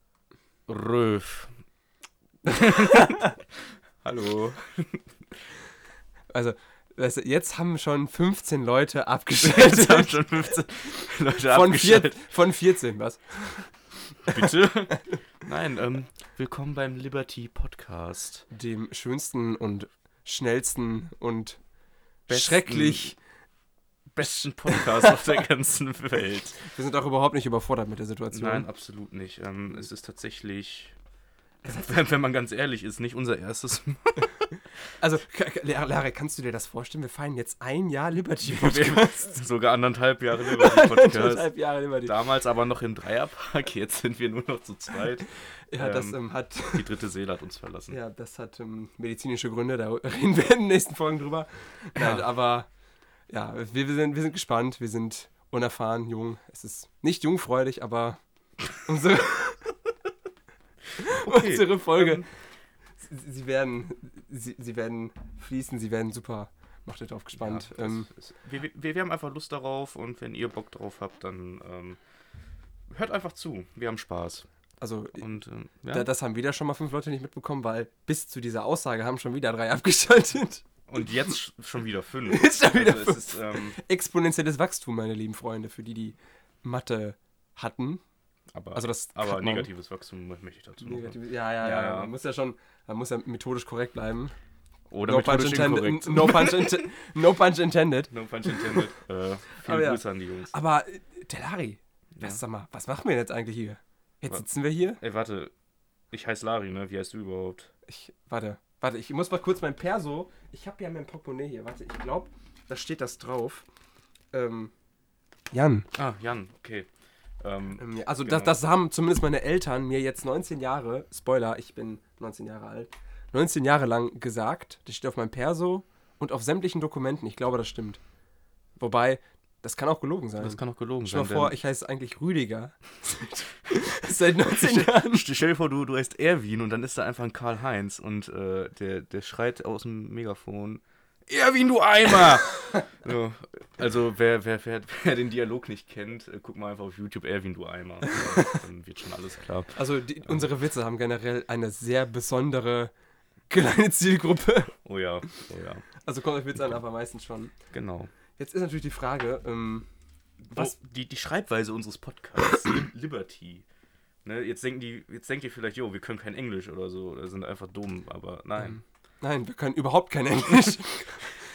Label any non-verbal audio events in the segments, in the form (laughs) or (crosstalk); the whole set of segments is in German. (laughs) Röf. Hallo. Also, weißt du, jetzt haben schon (laughs) 15 Leute abgeschaltet. Jetzt haben schon 15 Leute von, (laughs) vier, abgeschaltet. von 14, was? Bitte? Nein, ähm, willkommen beim Liberty Podcast. Dem schönsten und schnellsten und Besten. schrecklich. Besten Podcast auf der ganzen Welt. Wir sind auch überhaupt nicht überfordert mit der Situation. Nein, absolut nicht. Ähm, es ist tatsächlich, wenn, wenn man ganz ehrlich ist, nicht unser erstes (laughs) Mal. Also, K- K- Lara, Lara, kannst du dir das vorstellen? Wir feiern jetzt ein Jahr Liberty (laughs) Wir- Podcast. Sogar (laughs) anderthalb Jahre Liberty Podcast. Anderthalb Jahre Liberty. Damals aber noch im Dreierpack, jetzt sind wir nur noch zu zweit. Ja, das ähm, ähm, hat, Die dritte Seele hat uns verlassen. ja, das hat ähm, medizinische Gründe, da (laughs) reden wir in den nächsten Folgen drüber. Nein, aber ja, wir, wir, sind, wir sind gespannt, wir sind unerfahren, jung. Es ist nicht (laughs) jungfräulich, aber unsere, unsere Folge, ähm, sie, sie, werden, sie, sie werden fließen, sie werden super. Macht euch drauf gespannt. Ja, ähm, das ist, wir, wir, wir haben einfach Lust darauf und wenn ihr Bock drauf habt, dann ähm, hört einfach zu. Wir haben Spaß. also, Und ähm, ja. da, das haben wieder schon mal fünf Leute nicht mitbekommen, weil bis zu dieser Aussage haben schon wieder drei (laughs) abgeschaltet. und jetzt sch- schon wieder fünf. (laughs) Jetzt schon wieder also, es ist, ähm, Exponentielles Wachstum, meine lieben Freunde, für die, die Mathe hatten. aber Also das aber hat man- negatives Wachstum möchte ich dazu noch. Negativ, ja, Ja, ja, ja, ja. Man muss ja schon, man muss ja methodisch korrekt bleiben. Oder methodisch inkorrekt. No punch, inte- no punch (laughs) intended. No punch intended. (laughs) äh, Aber viele ja. Grüße an die Jungs. Aber äh, Delari, Ja. was sag mal, was machen wir jetzt eigentlich hier? Jetzt Was? sitzen wir hier. Ey, warte. Ich heiße Lari, ne? Wie heißt du überhaupt? Ich, warte, warte, ich muss mal kurz mein Perso. Ich habe ja mein Portemonnaie hier. Warte, ich glaube, da steht das drauf. Ähm, Jan. Ah, Jan, okay. Ähm, Ähm, ja, Also Genau. das, das haben zumindest meine Eltern mir jetzt 19 Jahre, Spoiler, ich bin 19 Jahre alt, 19 Jahre lang gesagt. Das steht auf meinem Perso und auf sämtlichen Dokumenten. Ich glaube, das stimmt. Wobei, das kann auch gelogen sein. kann auch gelogen Stell dir mal vor, ich heiße eigentlich Rüdiger. (laughs) Seit 19 St- Jahren. Stell dir vor, du, du heißt Erwin und dann ist da einfach ein Karl-Heinz und äh, der, der schreit aus dem Megafon: Erwin, du Eimer! so, also, wer, wer, wer, wer den Dialog nicht kennt, äh, guck mal einfach auf YouTube: Erwin, du Eimer. Ja, dann wird schon alles klar. Also die, unsere Witze haben generell eine sehr besondere kleine Zielgruppe. Oh ja, oh ja. Also kommt euch Witze an, aber meistens schon. Genau. Jetzt ist natürlich die Frage, ähm, was, Oh, die, die Schreibweise unseres Podcasts: Li- Liberty. Ne, jetzt, denken die, jetzt denkt ihr vielleicht, jo, wir können kein Englisch oder so, oder sind einfach dumm, aber nein. Nein, wir können überhaupt kein (laughs) Englisch.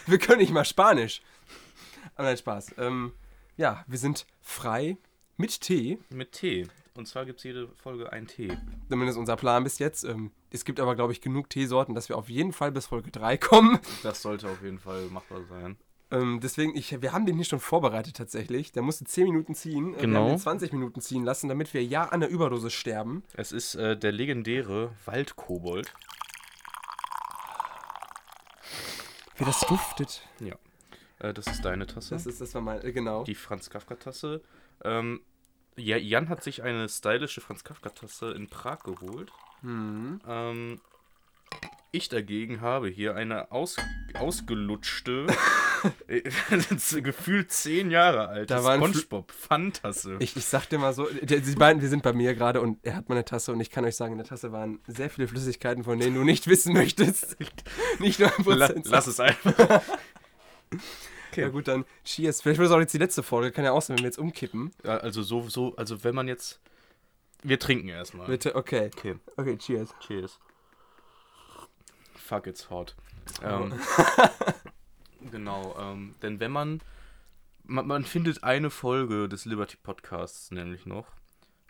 wir können nicht mal Spanisch. Aber nein, Spaß. Ähm, ja, wir sind frei mit Tee. Mit Tee. Und zwar gibt es jede Folge einen Tee. Zumindest unser Plan bis jetzt. Ähm, es gibt aber, glaube ich, genug Teesorten, dass wir auf jeden Fall bis Folge 3 (laughs) kommen. Das sollte auf jeden Fall machbar sein. Ähm, deswegen, ich, wir haben den hier schon vorbereitet tatsächlich. Der musste 10 Minuten ziehen. Äh, Wir Genau. haben den 20 Minuten ziehen lassen, damit wir ja an der Überdosis sterben. Es ist äh, der legendäre Waldkobold. Wie das duftet. Ja. Äh, das ist deine Tasse. Das ist, das war mal, äh, genau. die Franz Kafka-Tasse. Ähm, ja, Jan hat sich eine stylische Franz Kafka-Tasse in Prag geholt. Ähm, ich dagegen habe hier eine aus, (laughs) ausgelutschte, äh, gefühlt zehn Jahre alte Da war ein Fl- SpongeBob-Fun-Tasse. Ich, ich sag dir mal so, äh, der, die beiden, wir sind bei mir gerade und er hat meine Tasse und ich kann euch sagen, in der Tasse waren sehr viele Flüssigkeiten, von denen du nicht (laughs) wissen möchtest. Nicht nur (laughs) ein La, Prozent. lass es einfach. Ja gut, dann cheers. Vielleicht wird es auch jetzt die letzte Folge, kann ja auch sein, wenn wir jetzt umkippen. Ja, also so, so, also wenn man jetzt. Wir trinken erstmal. Bitte, okay. Okay. Okay, cheers. Cheers. Fuck, it's hot. Ähm, (laughs) genau, ähm, denn wenn man, man. Man findet eine Folge des Liberty Podcasts nämlich noch.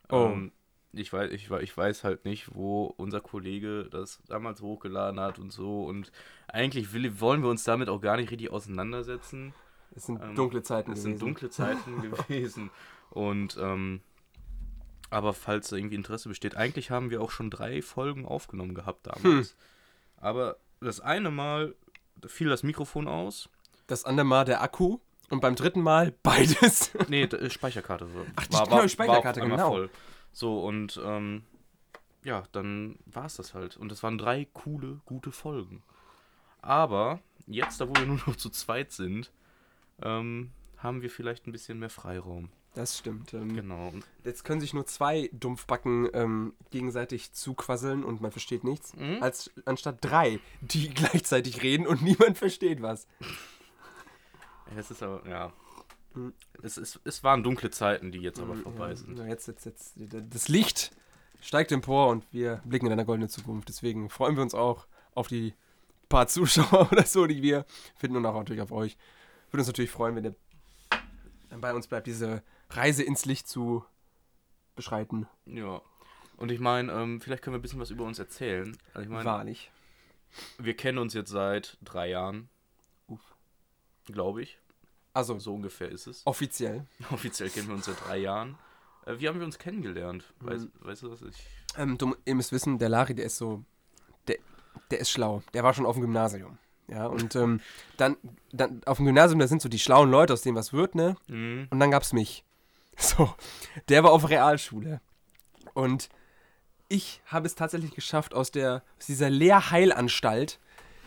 Oh. Ähm, ich, weiß, ich, wei- ich weiß halt nicht, wo unser Kollege das damals hochgeladen hat und so. Und eigentlich will, wollen wir uns damit auch gar nicht richtig auseinandersetzen. Oh, Es sind Ähm, dunkle Zeiten Es gewesen. sind dunkle (laughs) Zeiten gewesen. Und ähm, aber falls irgendwie Interesse besteht, eigentlich haben wir auch schon drei Folgen aufgenommen gehabt Hm. damals. Aber das eine Mal fiel das Mikrofon aus. Das andere Mal der Akku und beim dritten Mal beides. (laughs) Nee, d- äh, Speicherkarte war, Ach, die- war, genau, war, die Speicherkarte, war auf einmal genau. voll. So und ähm, ja, dann war es das halt. Und das waren drei coole, gute Folgen. Aber (laughs) jetzt, da wo wir nur noch zu zweit sind, ähm, haben wir vielleicht ein bisschen mehr Freiraum. Das stimmt. Ähm, Genau. Und, Jetzt können sich nur zwei Dumpfbacken ähm, gegenseitig zuquasseln und man versteht nichts, Mhm. als anstatt drei, die (laughs) gleichzeitig reden und niemand versteht was. es ist aber, ja. Mhm. Es, es, es waren dunkle Zeiten, die jetzt aber vorbei Hm, Ja, sind. na, Jetzt, jetzt, jetzt, das Licht steigt empor und wir blicken in eine goldene Zukunft. Deswegen freuen wir uns auch auf die paar Zuschauer (laughs) oder so, die wir finden und auch natürlich auf euch. Würde uns natürlich freuen, wenn ihr dann bei uns bleibt, diese Reise ins Licht zu beschreiten. Ja. Und ich meine, ähm, vielleicht können wir ein bisschen was über uns erzählen. Also ich meine, Wahrlich. wir kennen uns jetzt seit drei Jahren, Uff. glaube ich. Also, So ungefähr ist es. (laughs) offiziell. Offiziell kennen wir uns seit drei Jahren. Äh, wie haben wir uns kennengelernt? Hm. Weiß, Weißt du, was ich. Ähm, du, ihr müsst wissen, der Lari, der ist so, der, der ist schlau. Der war schon auf dem Gymnasium. Ja, und ähm, (laughs) dann, dann auf dem Gymnasium, da sind so die schlauen Leute, aus denen was wird, ne? Mhm. Und dann gab's mich. (laughs) So, der war auf Realschule. Und ich habe es tatsächlich geschafft, aus, der, aus dieser Lehrheilanstalt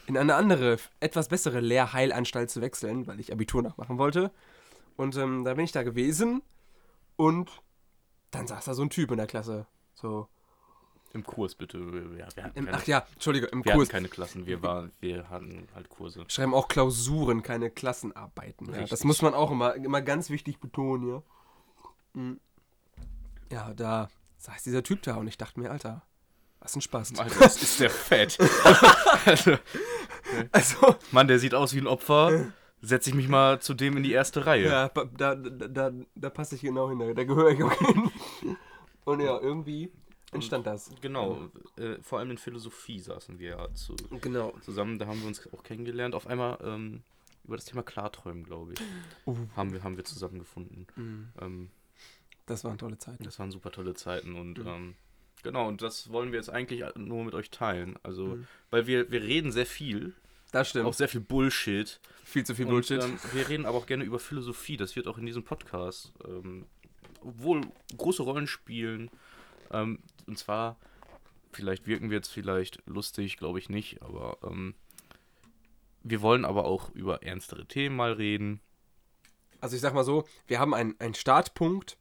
in eine andere, etwas bessere Lehrheilanstalt zu wechseln, weil ich Abitur nachmachen wollte. Und ähm, da bin ich da gewesen und dann saß da so ein Typ in der Klasse. So, Im Kurs, bitte. Ja, wir hatten im, keine, ach ja, Entschuldige, im wir Kurs. hatten keine Klassen, wir, waren, wir hatten halt Kurse. Schreiben auch Klausuren, keine Klassenarbeiten. Ja, das Richtig. muss man auch immer, immer ganz wichtig betonen, ja. Mhm. Ja, da saß dieser Typ da und ich dachte mir, Alter, was ein Spaß. Alter, das ist der (laughs) fett. also, Also, Mann, der sieht aus wie ein Opfer. Setze ich mich mal zu dem in die erste Reihe. ja, da, da, da, da passe ich genau hin, da, da gehöre ich auch hin. (laughs) Und ja, irgendwie entstand das. Genau, äh, vor allem in Philosophie saßen wir ja zu, Genau. zusammen, da haben wir uns auch kennengelernt. Auf einmal ähm, über das Thema Klarträumen, glaube ich, Uh. haben wir, haben wir zusammengefunden. Mm. Ähm, Das waren tolle Zeiten. das waren super tolle Zeiten und Mm. ähm, genau, und das wollen wir jetzt eigentlich nur mit euch teilen. Also, Mm. weil wir, wir reden sehr viel, Das stimmt. auch sehr viel Bullshit. viel zu viel Und, ähm, wir reden aber auch gerne über Philosophie. Das wird auch in diesem Podcast, ähm, obwohl große Rollen spielen. Ähm, und zwar, vielleicht wirken wir jetzt vielleicht lustig, glaube ich nicht, aber ähm, wir wollen aber auch über ernstere Themen mal reden. Also ich sag mal so, wir haben einen, einen Startpunkt,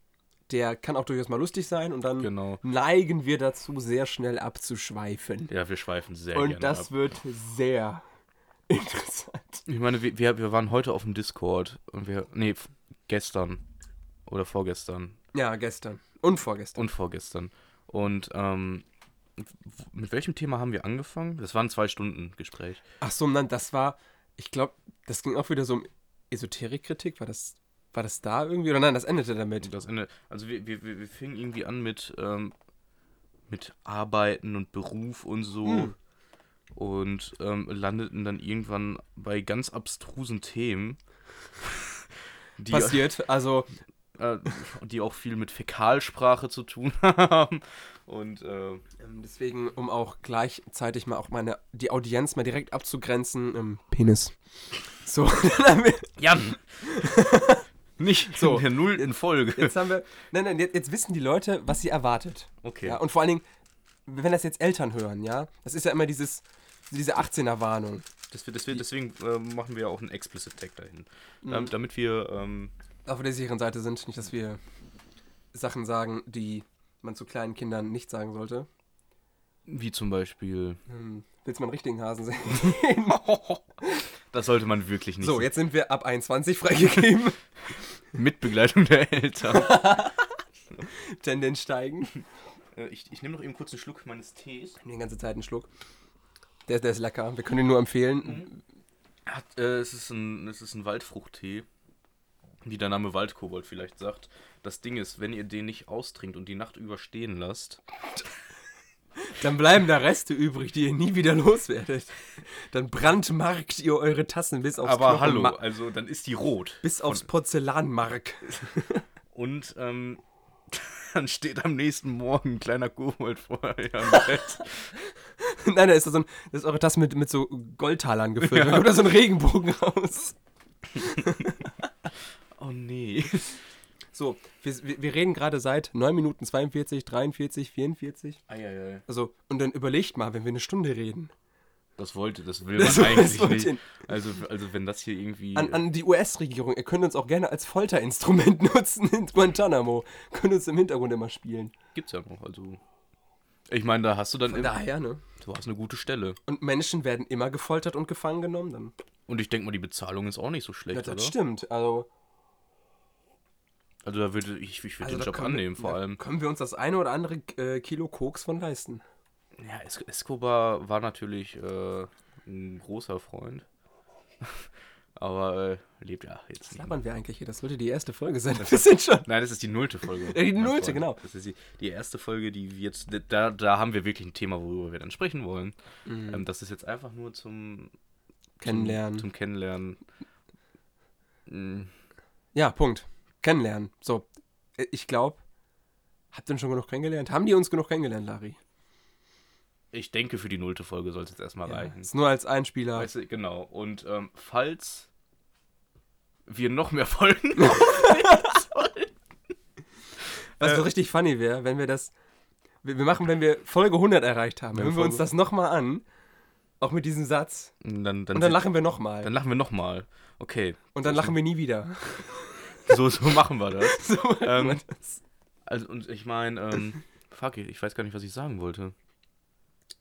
der kann auch durchaus mal lustig sein und dann Genau. neigen wir dazu, sehr schnell abzuschweifen. Ja, wir schweifen sehr gerne Und das ab. wird sehr (laughs) interessant. Ich meine, wir- wir, wir waren heute auf dem Discord und wir, nee, f- gestern oder vorgestern, Ja, gestern. Und vorgestern. und vorgestern. Und ähm, w- mit welchem Thema haben wir angefangen? Das waren zwei Stunden Gespräch. Ach so, nein, das war, ich glaube, das ging auch wieder so um Esoterikkritik. War das, war das da irgendwie? Oder nein, das endete damit. Das Ende, also wir, wir, wir wir fingen irgendwie an mit, ähm, mit Arbeiten und Beruf und so. Hm. Und ähm, landeten dann irgendwann bei ganz abstrusen Themen, (laughs) die, Passiert. Also, äh, die auch viel mit Fäkalsprache zu tun (laughs) haben. Und äh, (laughs) ähm, deswegen, um auch gleichzeitig mal auch meine, die Audienz mal direkt abzugrenzen, ähm, Penis. So, (laughs) dann haben wir, (laughs) Jan! Nicht so. So. in der nullten Folge. jetzt haben wir, nein, nein, jetzt, jetzt wissen die Leute, was sie erwartet. Okay. Ja, und vor allen Dingen, wenn das jetzt Eltern hören, ja, das ist ja immer dieses, diese 18er-Warnung. Das wird, das wird, deswegen äh, machen wir auch einen Explicit Tag dahin. Dam- damit wir. Ähm, auf der sicheren Seite sind. Nicht, dass wir Sachen sagen, die man zu kleinen Kindern nicht sagen sollte. wie zum Beispiel. Hm, willst du mal einen richtigen (laughs) Hasen sehen? Das sollte man wirklich nicht. so, jetzt sind wir ab 21 freigegeben. (laughs) Mit Begleitung der Eltern. Tendenz steigen. (laughs) Äh, ich ich nehme noch eben kurz einen Schluck meines Tees. Ich nehme die ganze Zeit einen Schluck. Der, der ist lecker. Wir können ihn nur empfehlen. Hat, äh, es, ist ein, es ist ein Waldfruchttee. Wie der Name Waldkobold vielleicht sagt. Das Ding ist, wenn ihr den nicht austrinkt und die Nacht über stehen lasst, Dann bleiben da Reste übrig, die ihr nie wieder loswerdet. Dann brandmarkt ihr eure Tassen bis aufs aber Knochenma- hallo, also dann ist die rot. Bis aufs Porzellanmark. Und ähm, (laughs) dann steht am nächsten Morgen ein kleiner Kobold vor ihr am Bett. (laughs) Nein, da ist so ein, das ist eure Tasse mit, mit so Goldtalern gefüllt. Da kommt da so ein Regenbogen raus. (laughs) Oh (laughs) nee. So, wir, wir- wir reden gerade seit 9 Minuten 42, 43, 44. Eieiei. Also, und dann überlegt mal, wenn wir eine Stunde reden. Das wollte, das (laughs) will man eigentlich nicht. Also, also wenn das hier irgendwie. An, an die US-Regierung, ihr könnt uns auch gerne als Folterinstrument (laughs) nutzen in Guantanamo. Könnt uns im Hintergrund immer spielen. gibt's ja noch. Also. Ich meine, da hast du dann Von immer. daher, ne? Du hast eine gute Stelle. Und Menschen werden immer gefoltert und gefangen genommen dann. Und ich denke mal, die Bezahlung ist auch nicht so schlecht, Ja, das oder? stimmt. Also, Also da würde ich, ich würde also den da Job können annehmen, wir, vor da allem. Können wir uns das eine oder andere äh, Kilo Koks von leisten? Ja, Es Escobar war natürlich äh, ein großer Freund. (laughs) Aber äh, lebt ja jetzt Was nicht. labern wir eigentlich hier? Das sollte die erste Folge (laughs) sein. Wir sind schon. Nein, das ist die nullte Folge. Ja, (laughs) die mein nullte, Freund. genau. Das ist die, die erste Folge, die wir jetzt. Da, da haben wir wirklich ein Thema, worüber wir dann sprechen wollen. Mhm. Ähm, das ist jetzt einfach nur zum Kennenlernen. Zum Kennenlernen. Mm, Ja, Punkt. Kennenlernen. So, äh, ich glaube, habt ihr uns schon genug kennengelernt? Haben die uns genug kennengelernt, Lari? Ich denke, für die nullte Folge soll es jetzt erstmal Ja, reichen. ist nur als Einspieler. Weißt du, genau. Und ähm, falls wir noch mehr (laughs) Folgen Was Äh. so richtig funny wäre, wenn wir das. Wir, wir machen, wenn wir Folge 100 erreicht haben, Wenn wir hören wir uns Folge- das nochmal an. Auch mit diesem Satz. Und dann, dann, Und dann lachen wir nochmal. dann lachen wir nochmal. Okay. Und dann lachen wir nie wieder. (laughs) So, so (laughs) machen wir das. So Ähm, machen wir das. Also, und ich meine, ähm, fuck, it, ich weiß gar nicht, was ich sagen wollte.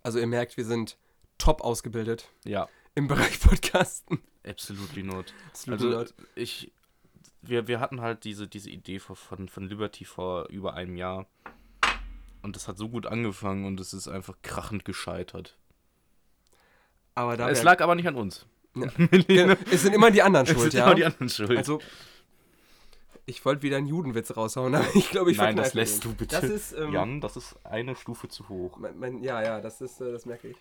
Also, ihr merkt, wir sind top ausgebildet Ja, im Bereich Podcasten. absolutely not. Absolut Also, not. ich. Wir, wir hatten halt diese, diese Idee von- von, von Liberty vor über einem Jahr. Und das hat so gut angefangen und es ist einfach krachend gescheitert. Aber da es wir- lag aber nicht an uns. Genau, es sind immer die (laughs) anderen Es schuld, sind ja. immer die anderen schuld. Also, ich wollte wieder einen Judenwitz raushauen, (laughs) aber ich glaube, ich Nein, das verkneife lässt den. du bitte. Das ist, ähm, ja. Jan, das ist eine Stufe zu hoch. Mein, mein, ja, ja, das ist, äh, das merke ich.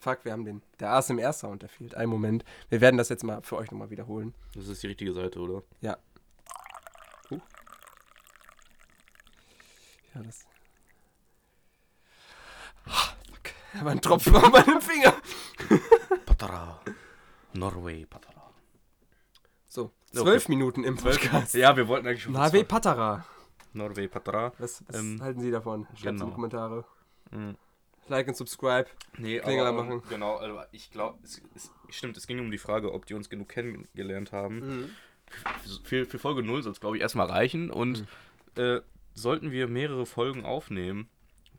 Fuck, wir haben den. Der ASMR-Sound, der fehlt. Einen Moment. Wir werden das jetzt mal für euch nochmal wiederholen. Das ist die richtige Seite, oder? Ja. Uh. Ja, das. Ah, fuck. (laughs) Da war ein Tropfen auf meinem Finger. Patara. Norway, Patara. So, Okay. zwölf Minuten im Podcast. Ja, wir wollten eigentlich schon. Navi Patara. Norway, Patara. Was, was Ähm, halten Sie davon? Schreibt in genau. die Kommentare. Mhm. Like und subscribe. Nee, Klingel aber, anmachen. ähm, Genau, also ich glaube, es, es, stimmt, es ging um die Frage, ob die uns genug kennengelernt haben. Für, für Folge 0 soll es, glaube ich, erstmal reichen. Und Mhm. äh, sollten wir mehrere Folgen aufnehmen,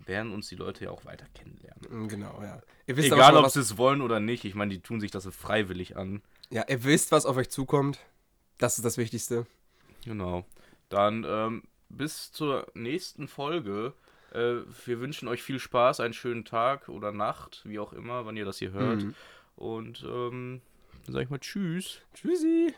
werden uns die Leute ja auch weiter kennenlernen. Mm, Genau, ja. Ihr wisst aber Egal, schon mal, ob was, sie es wollen oder nicht. Ich meine, die tun sich das freiwillig an. ja, ihr wisst, was auf euch zukommt. Das ist das Wichtigste. Genau. Dann ähm, bis zur nächsten Folge. Äh, wir wünschen euch viel Spaß, einen schönen Tag oder Nacht, Mhm. wie auch immer, wann ihr das hier hört. Und ähm, dann sag ich mal Tschüss. Tschüssi.